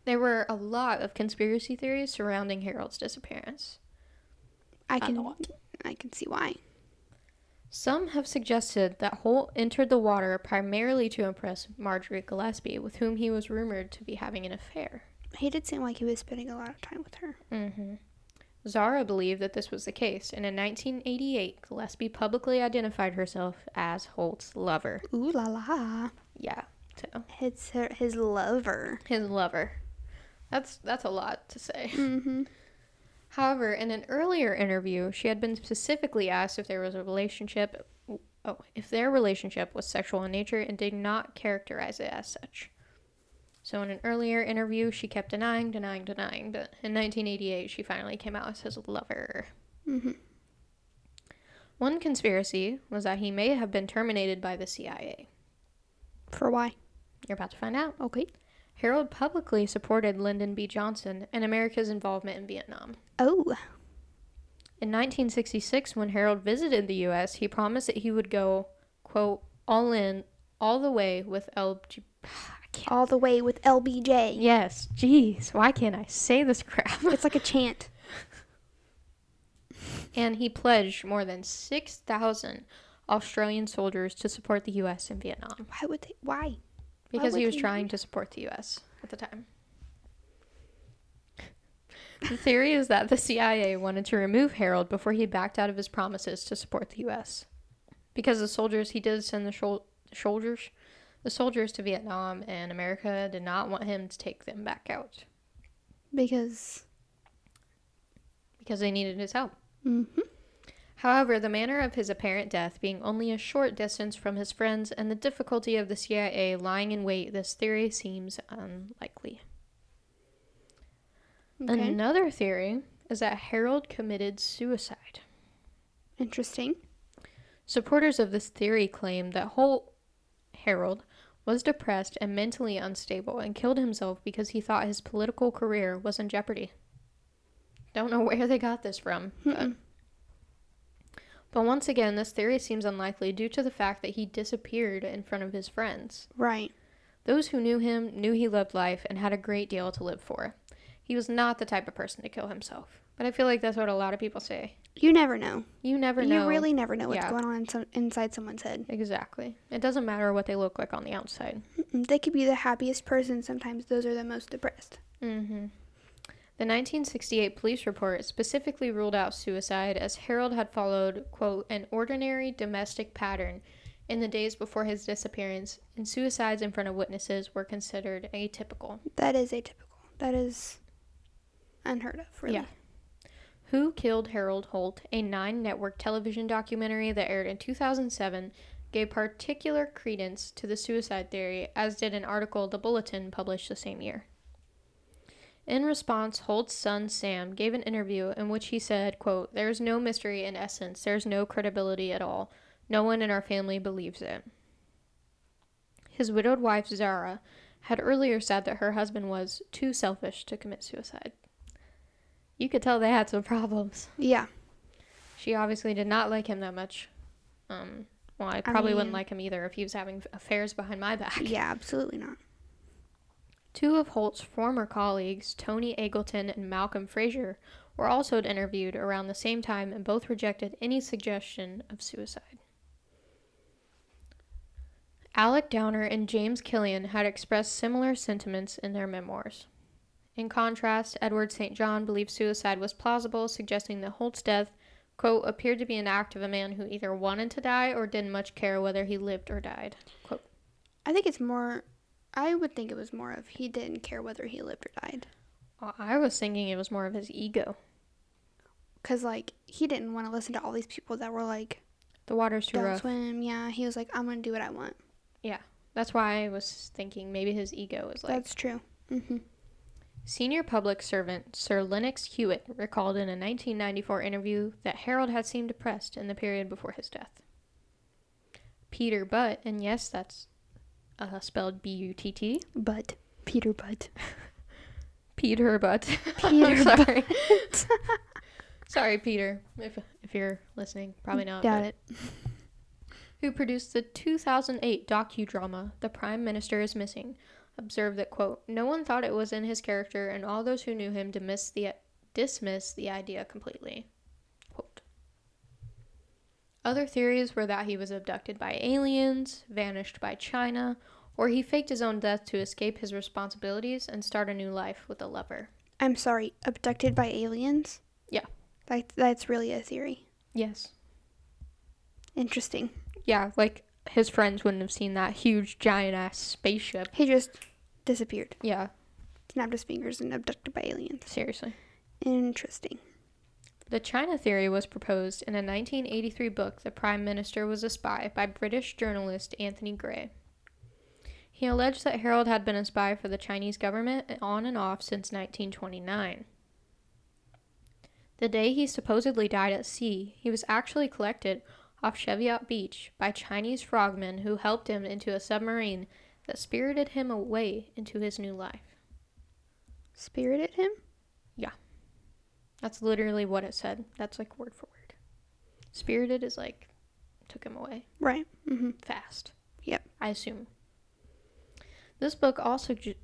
[SPEAKER 1] There were a lot of conspiracy theories surrounding Harold's disappearance.
[SPEAKER 2] I
[SPEAKER 1] A
[SPEAKER 2] can.
[SPEAKER 1] lot.
[SPEAKER 2] I can see why.
[SPEAKER 1] Some have suggested that Holt entered the water primarily to impress Marjorie Gillespie, with whom he was rumored to be having an affair.
[SPEAKER 2] He did seem like he was spending a lot of time with her.
[SPEAKER 1] Mm-hmm. Zara believed that this was the case, and in 1988, Gillespie publicly identified herself as Holt's lover.
[SPEAKER 2] Ooh la la.
[SPEAKER 1] Yeah, so
[SPEAKER 2] It's her, his lover.
[SPEAKER 1] his lover. That's that's a lot to say.
[SPEAKER 2] Mm-hmm.
[SPEAKER 1] However, in an earlier interview, she had been specifically asked if there was a relationship, oh, if their relationship was sexual in nature and did not characterize it as such. So, in an earlier interview, she kept denying, denying, denying, but in 1988, she finally came out as his lover.
[SPEAKER 2] Mm-hmm.
[SPEAKER 1] One conspiracy was that he may have been terminated by the CIA.
[SPEAKER 2] For why?
[SPEAKER 1] You're about to find out.
[SPEAKER 2] Okay.
[SPEAKER 1] Harold publicly supported Lyndon B. Johnson and America's involvement in Vietnam.
[SPEAKER 2] Oh.
[SPEAKER 1] In 1966, when Harold visited the U.S., he promised that he would go, quote, all in, all the way with LG. I can't-
[SPEAKER 2] All the way with LBJ. (laughs)
[SPEAKER 1] Yes, jeez, why can't I say this crap? (laughs)
[SPEAKER 2] It's like a chant.
[SPEAKER 1] and he pledged more than 6,000 Australian soldiers to support the U.S. in Vietnam
[SPEAKER 2] Why would they? Why?
[SPEAKER 1] because
[SPEAKER 2] would
[SPEAKER 1] he was
[SPEAKER 2] he
[SPEAKER 1] trying to support the U.S. at the time. The theory is that the CIA wanted to remove Harold before he backed out of his promises to support the U.S. because the soldiers he did send the shol- soldiers, the soldiers to Vietnam, and America did not want him to take them back out
[SPEAKER 2] Because.
[SPEAKER 1] because they needed his help.
[SPEAKER 2] Mm-hmm.
[SPEAKER 1] However, the manner of his apparent death being only a short distance from his friends and the difficulty of the CIA lying in wait, this theory seems unlikely.
[SPEAKER 2] Okay.
[SPEAKER 1] Another theory is that Harold committed suicide.
[SPEAKER 2] Interesting.
[SPEAKER 1] Supporters of this theory claim that Holt Harold was depressed and mentally unstable and killed himself because he thought his political career was in jeopardy. Don't know (laughs) where they got this from. But, but once again, this theory seems unlikely due to the fact that he disappeared in front of his friends.
[SPEAKER 2] Right.
[SPEAKER 1] Those who knew him knew he loved life and had a great deal to live for. He was not the type of person to kill himself. But I feel like that's what a lot of people say.
[SPEAKER 2] You never know.
[SPEAKER 1] You never know.
[SPEAKER 2] You really never know what's
[SPEAKER 1] Yeah.
[SPEAKER 2] going on in some, inside someone's head.
[SPEAKER 1] Exactly. It doesn't matter what they look like on the outside.
[SPEAKER 2] Mm-mm, They could be the happiest person. Sometimes those are the most depressed.
[SPEAKER 1] Mm-hmm. The 1968 police report specifically ruled out suicide as Harold had followed, quote, an ordinary domestic pattern in the days before his disappearance, and suicides in front of witnesses were considered atypical.
[SPEAKER 2] That is atypical. That is unheard of, really.
[SPEAKER 1] Yeah. Who Killed Harold Holt, a nine network television documentary that aired in 2007, gave particular credence to the suicide theory, as did an article The Bulletin published the same year. In response, Holt's son Sam gave an interview in which he said, quote, There is no mystery in essence, there is no credibility at all. No one in our family believes it. His widowed wife, Zara, had earlier said that her husband was too selfish to commit suicide. You could tell they had some problems.
[SPEAKER 2] Yeah.
[SPEAKER 1] She obviously did not like him that much. Um, well, I probably
[SPEAKER 2] mean-
[SPEAKER 1] wouldn't like him either if he was having affairs behind my back.
[SPEAKER 2] Yeah, absolutely not.
[SPEAKER 1] Two of Holt's former colleagues, Tony Eagleton and Malcolm Frazier, were also interviewed around the same time and both rejected any suggestion of suicide. Alec Downer and James Killian had expressed similar sentiments in their memoirs. In contrast, Edward St. John believed suicide was plausible, suggesting that Holt's death, quote, appeared to be an act of a man who either wanted to die or didn't much care whether he lived or died, quote.
[SPEAKER 2] I think it's more. I would think it was more of he didn't care whether he lived or died.
[SPEAKER 1] Well, I was thinking it was more of his ego.
[SPEAKER 2] Because, like, he didn't want to listen to all these people that were like,
[SPEAKER 1] The water's too
[SPEAKER 2] don't
[SPEAKER 1] rough.
[SPEAKER 2] swim. Yeah. He was like, I'm going to do what I want.
[SPEAKER 1] That's why I was thinking maybe his ego is like.
[SPEAKER 2] That's true. hmm
[SPEAKER 1] Senior public servant Sir Lennox Hewitt recalled in a 1994 interview that Harold had seemed depressed in the period before his death. Peter Butt, and yes, that's uh, spelled B U T T.
[SPEAKER 2] But, Peter Butt.
[SPEAKER 1] Peter Butt. (laughs)
[SPEAKER 2] Peter
[SPEAKER 1] sorry. (laughs) sorry, Peter, if, if you're listening. Probably not. but-
[SPEAKER 2] Doubt it.
[SPEAKER 1] who produced the 2008 docudrama The Prime Minister is Missing, observed that, quote, no one thought it was in his character, and all those who knew him dismissed the, dismissed the idea completely. Quote. Other theories were that he was abducted by aliens, vanished by China, or he faked his own death to escape his responsibilities and start a new life with a lover.
[SPEAKER 2] I'm sorry, abducted by aliens?
[SPEAKER 1] Yeah.
[SPEAKER 2] Like that's really a theory.
[SPEAKER 1] Yes.
[SPEAKER 2] Interesting.
[SPEAKER 1] Yeah, like his friends wouldn't have seen that huge, giant ass spaceship.
[SPEAKER 2] He just disappeared,
[SPEAKER 1] Yeah,
[SPEAKER 2] snapped his fingers, and abducted by aliens.
[SPEAKER 1] seriously.
[SPEAKER 2] Interesting.
[SPEAKER 1] The China theory was proposed in a 1983 book, The Prime Minister Was a Spy, by British journalist Anthony Gray. He alleged that Harold had been a spy for the Chinese government on and off since 1929. The day he supposedly died at sea, he was actually collected off Cheviot Beach by Chinese frogmen who helped him into a submarine that spirited him away into his new life.
[SPEAKER 2] Spirited him?
[SPEAKER 1] That's literally what it said. That's like word for word. Spirited is like took him away
[SPEAKER 2] Right. Mm-hmm. (coughs)
[SPEAKER 1] fast.
[SPEAKER 2] Yep.
[SPEAKER 1] I assume. This book also ju-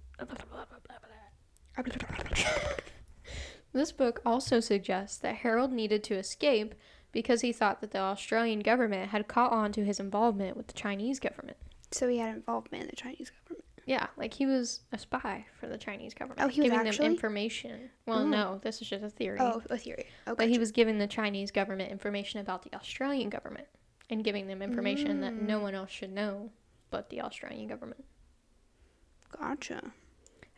[SPEAKER 1] this book also suggests that Harold needed to escape because he thought that the Australian government had caught on to his involvement with the Chinese government.
[SPEAKER 2] So he had involvement in the Chinese government.
[SPEAKER 1] Yeah, like he was a spy for the Chinese government.
[SPEAKER 2] Oh, he was
[SPEAKER 1] giving
[SPEAKER 2] actually?
[SPEAKER 1] them information. Well,
[SPEAKER 2] Oh.
[SPEAKER 1] no, this is just a theory.
[SPEAKER 2] Oh, a theory. Okay.
[SPEAKER 1] But he was giving the Chinese government information about the Australian government and giving them information that no one else should know but the Australian government.
[SPEAKER 2] gotcha.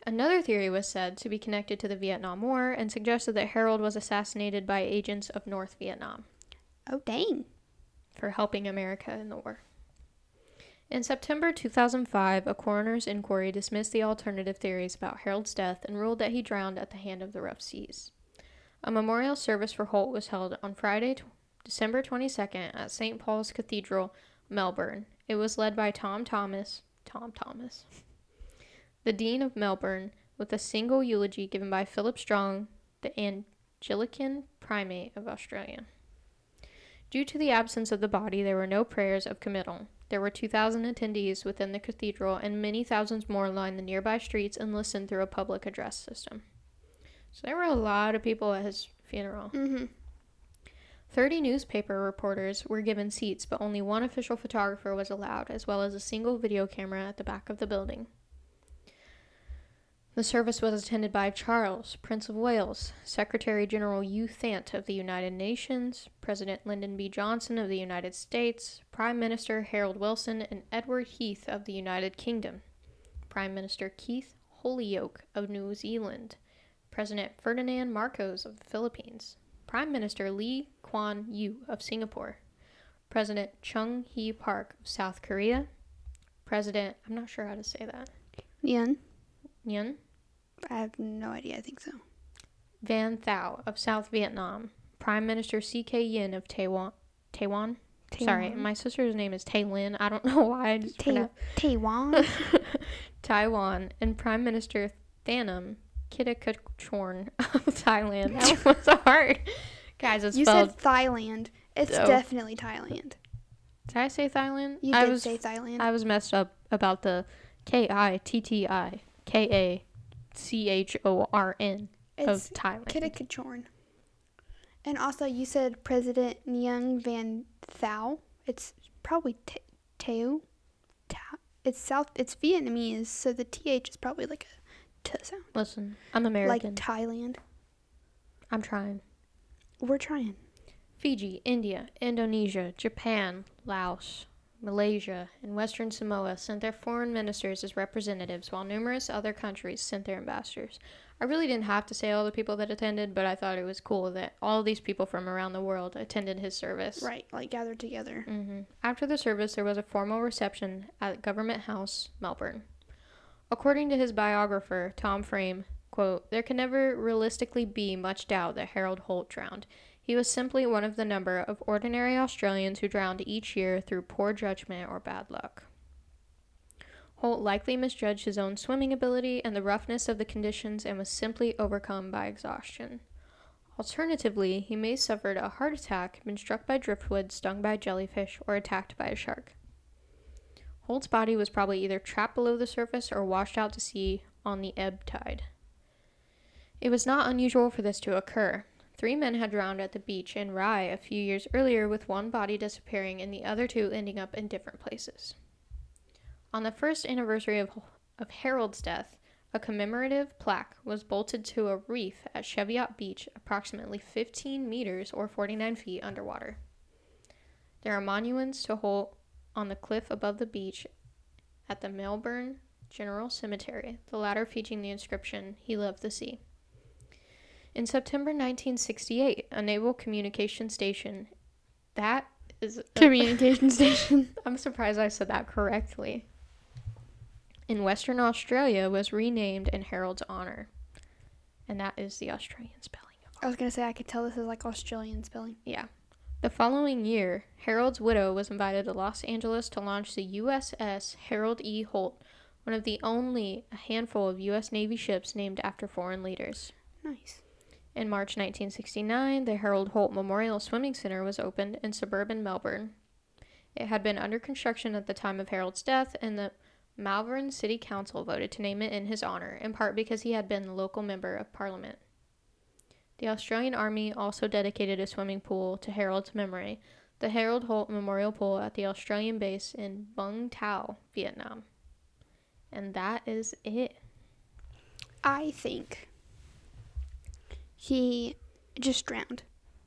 [SPEAKER 1] Another theory was said to be connected to the Vietnam War and suggested that Harold was assassinated by agents of North Vietnam
[SPEAKER 2] Oh dang.
[SPEAKER 1] for helping America in the war. In September 2005, a coroner's inquiry dismissed the alternative theories about Harold's death and ruled that he drowned at the hand of the rough seas. A memorial service for Holt was held on Friday, tw- December 22nd at St. Paul's Cathedral, Melbourne. It was led by Tom Thomas, Tom Thomas, the Dean of Melbourne, with a single eulogy given by Philip Strong, the Anglican primate of Australia. Due to the absence of the body, there were no prayers of committal. There were 2,000 attendees within the cathedral, and many thousands more lined the nearby streets and listened through a public address system. So there were a lot of people at his funeral.
[SPEAKER 2] Mm-hmm.
[SPEAKER 1] 30 newspaper reporters were given seats, but only one official photographer was allowed, as well as a single video camera at the back of the building. The service was attended by Charles, Prince of Wales, Secretary General U Thant of the United Nations, President Lyndon B. Johnson of the United States, Prime Minister Harold Wilson, and Edward Heath of the United Kingdom, Prime Minister Keith Holyoake of New Zealand, President Ferdinand Marcos of the Philippines, Prime Minister Lee Kuan Yew of Singapore, President Chung Hee Park of South Korea, President, I'm not sure how to say that,
[SPEAKER 2] Yan?
[SPEAKER 1] Yun
[SPEAKER 2] I have no idea. I think so.
[SPEAKER 1] Van Thao of South Vietnam, Prime Minister C.K. Yin of Taiwan. Taiwan? Sorry,
[SPEAKER 2] Taiwan.
[SPEAKER 1] my sister's name is Tay Lin. I don't (laughs) know why I just
[SPEAKER 2] Tai-
[SPEAKER 1] pronounce- (laughs)
[SPEAKER 2] Taiwan.
[SPEAKER 1] Taiwan and Prime Minister Thanam Kittikachorn of (laughs) Thailand.
[SPEAKER 2] (laughs)
[SPEAKER 1] That was hard. Guys, it's
[SPEAKER 2] you
[SPEAKER 1] spelled.
[SPEAKER 2] said Thailand. It's
[SPEAKER 1] Oh.
[SPEAKER 2] definitely Thailand.
[SPEAKER 1] Did I say Thailand?
[SPEAKER 2] You
[SPEAKER 1] I
[SPEAKER 2] did
[SPEAKER 1] was
[SPEAKER 2] say Thailand.
[SPEAKER 1] I was messed up about the K I T T I K A C H O R N of
[SPEAKER 2] it's
[SPEAKER 1] Thailand.
[SPEAKER 2] Kittacachorn. And also, you said President Nyang Van Thao. It's probably T- Tao. Ta- It's South. It's Vietnamese, so the th is probably like a t sound,
[SPEAKER 1] Listen, I'm American.
[SPEAKER 2] like Thailand.
[SPEAKER 1] I'm trying.
[SPEAKER 2] We're trying.
[SPEAKER 1] Fiji, India, Indonesia, Japan, Laos, Malaysia, and Western Samoa sent their foreign ministers as representatives, while numerous other countries sent their ambassadors. I really didn't have to say all the people that attended, but I thought it was cool that all these people from around the world attended his service.
[SPEAKER 2] Right, like gathered together.
[SPEAKER 1] hmm After the service, there was a formal reception at Government House, Melbourne. According to his biographer, Tom Frame, quote, there can never realistically be much doubt that Harold Holt drowned. He was simply one of the number of ordinary Australians who drowned each year through poor judgment or bad luck. Holt likely misjudged his own swimming ability and the roughness of the conditions and was simply overcome by exhaustion. Alternatively, he may have suffered a heart attack, been struck by driftwood, stung by jellyfish, or attacked by a shark. Holt's body was probably either trapped below the surface or washed out to sea on the ebb tide. It was not unusual for this to occur. Three men had drowned at the beach in Rye a few years earlier, with one body disappearing and the other two ending up in different places. On the first anniversary of, of Harold's death, a commemorative plaque was bolted to a reef at Cheviot Beach, approximately 15 meters or 49 feet underwater. There are monuments to Holt on the cliff above the beach at the Melbourne General Cemetery, the latter featuring the inscription, He Loved the Sea. In September 1968, a naval communication station, that is.
[SPEAKER 2] (laughs) Communication station.
[SPEAKER 1] I'm surprised I said that correctly. In Western Australia was renamed in Harold's honor. And that is the Australian spelling. of
[SPEAKER 2] I was gonna say I could tell this is like Australian spelling.
[SPEAKER 1] Yeah. The following year, Harold's widow was invited to Los Angeles to launch the USS Harold E. Holt, one of the only a handful of US Navy ships named after foreign leaders.
[SPEAKER 2] Nice.
[SPEAKER 1] In March 1969, the Harold Holt Memorial Swimming Center was opened in suburban Melbourne. It had been under construction at the time of Harold's death, and the Malvern City Council voted to name it in his honor, in part because he had been a local member of parliament. The Australian Army also dedicated a swimming pool to Harold's memory, the Harold Holt Memorial Pool at the Australian base in Bung Tau, Vietnam. And that is it.
[SPEAKER 2] I think he just drowned.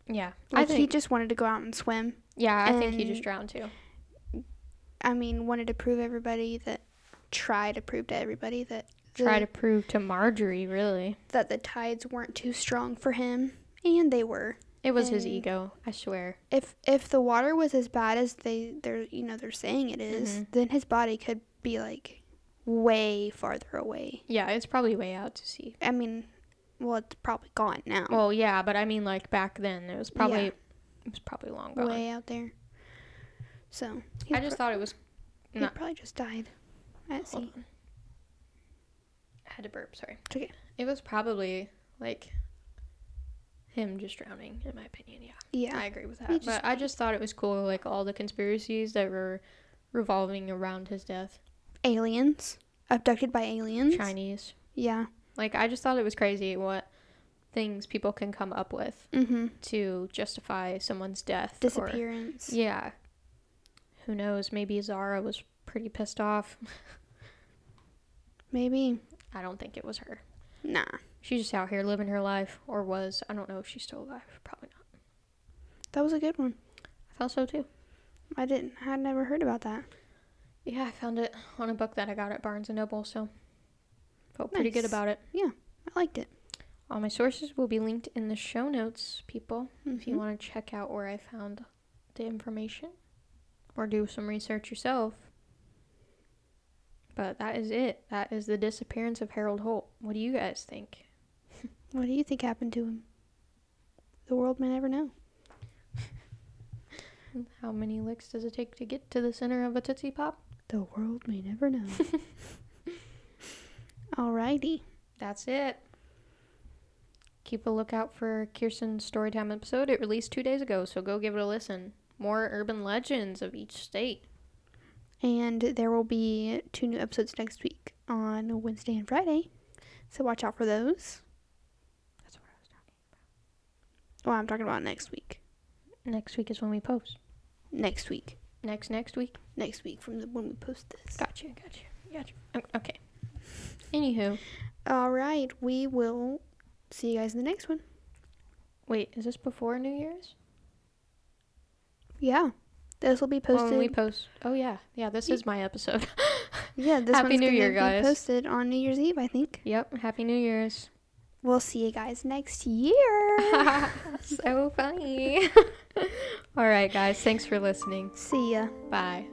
[SPEAKER 1] Yeah.
[SPEAKER 2] Like
[SPEAKER 1] I think
[SPEAKER 2] he just wanted to go out and swim.
[SPEAKER 1] Yeah, I think he
[SPEAKER 2] and-
[SPEAKER 1] just drowned too.
[SPEAKER 2] I mean, wanted to prove everybody that try to prove to everybody that the,
[SPEAKER 1] try to prove to Marjorie, really.
[SPEAKER 2] that the tides weren't too strong for him, and they were.
[SPEAKER 1] It was his
[SPEAKER 2] And-
[SPEAKER 1] ego, I swear.
[SPEAKER 2] If if the water was as bad as they they're you know they're saying it is,
[SPEAKER 1] Mhm.
[SPEAKER 2] then his body could be like way farther away.
[SPEAKER 1] Yeah, it's probably way out to sea.
[SPEAKER 2] I mean, well, it's probably gone now.
[SPEAKER 1] Well, yeah, but I mean, like back then, it was probably It was probably long gone.
[SPEAKER 2] way out there. So he
[SPEAKER 1] I just thought it was.
[SPEAKER 2] he
[SPEAKER 1] not-
[SPEAKER 2] probably just died at
[SPEAKER 1] Hold
[SPEAKER 2] sea.
[SPEAKER 1] on. I had to burp. Sorry.
[SPEAKER 2] It's okay.
[SPEAKER 1] It was probably like him just drowning, in my opinion. Yeah,
[SPEAKER 2] Yeah,
[SPEAKER 1] I agree with that.
[SPEAKER 2] He just-
[SPEAKER 1] but I just thought it was cool, like all the conspiracies that were revolving around his death.
[SPEAKER 2] aliens abducted by aliens.
[SPEAKER 1] Mm-hmm. Chinese.
[SPEAKER 2] Yeah.
[SPEAKER 1] Like I just thought it was crazy what things people can come up with
[SPEAKER 2] Mm-hmm.
[SPEAKER 1] to justify someone's death. or-
[SPEAKER 2] Disappearance.
[SPEAKER 1] yeah. Who knows? Maybe Zara was pretty pissed off.
[SPEAKER 2] Maybe.
[SPEAKER 1] I don't think it was her.
[SPEAKER 2] Nah.
[SPEAKER 1] She's just out here living her life, or was. I don't know if she's still alive. Probably not.
[SPEAKER 2] That was a good one.
[SPEAKER 1] I thought so too.
[SPEAKER 2] I didn't. I would never heard about that.
[SPEAKER 1] Yeah, I found it on a book that I got at Barnes and Noble, so felt pretty good
[SPEAKER 2] Nice.
[SPEAKER 1] about it.
[SPEAKER 2] I liked it.
[SPEAKER 1] All my sources will be linked in the show notes, people, if you
[SPEAKER 2] Mhm.
[SPEAKER 1] want to check out where I found the information or do some research yourself. But that is it. That is the disappearance of Harold Holt. What do you guys think?
[SPEAKER 2] What do you think happened to him? The world may never know.
[SPEAKER 1] How many licks does it take to get to the center of a Tootsie Pop?
[SPEAKER 2] The world may
[SPEAKER 1] (laughs)
[SPEAKER 2] never know. Alrighty.
[SPEAKER 1] That's it. Keep a lookout for Kirsten's Storytime episode. It released two days ago, so go give it a listen. More urban legends of each state.
[SPEAKER 2] And there will be two new episodes next week on Wednesday and Friday. So watch out for those.
[SPEAKER 1] That's what I was talking
[SPEAKER 2] Well, Oh, I'm talking about next week.
[SPEAKER 1] Next week is when we post.
[SPEAKER 2] Next week.
[SPEAKER 1] Next next week.
[SPEAKER 2] Next week from the, when we post this.
[SPEAKER 1] Gotcha, gotcha, gotcha. O- Okay. Anywho,
[SPEAKER 2] All right. We will see you guys in the next one.
[SPEAKER 1] wait, is this before New Year's?
[SPEAKER 2] Yeah. This will be
[SPEAKER 1] Well,
[SPEAKER 2] posted.
[SPEAKER 1] When we post. Oh yeah, yeah. This is my episode.
[SPEAKER 2] yeah, this
[SPEAKER 1] Happy
[SPEAKER 2] one's
[SPEAKER 1] New
[SPEAKER 2] gonna
[SPEAKER 1] Year,
[SPEAKER 2] be
[SPEAKER 1] guys.
[SPEAKER 2] posted on New Year's Eve, I think.
[SPEAKER 1] (laughs) yep. Happy New (laughs) Year's.
[SPEAKER 2] We'll see you guys
[SPEAKER 1] (laughs)
[SPEAKER 2] next year.
[SPEAKER 1] so funny. All right, guys. Thanks for listening.
[SPEAKER 2] see ya.
[SPEAKER 1] Bye.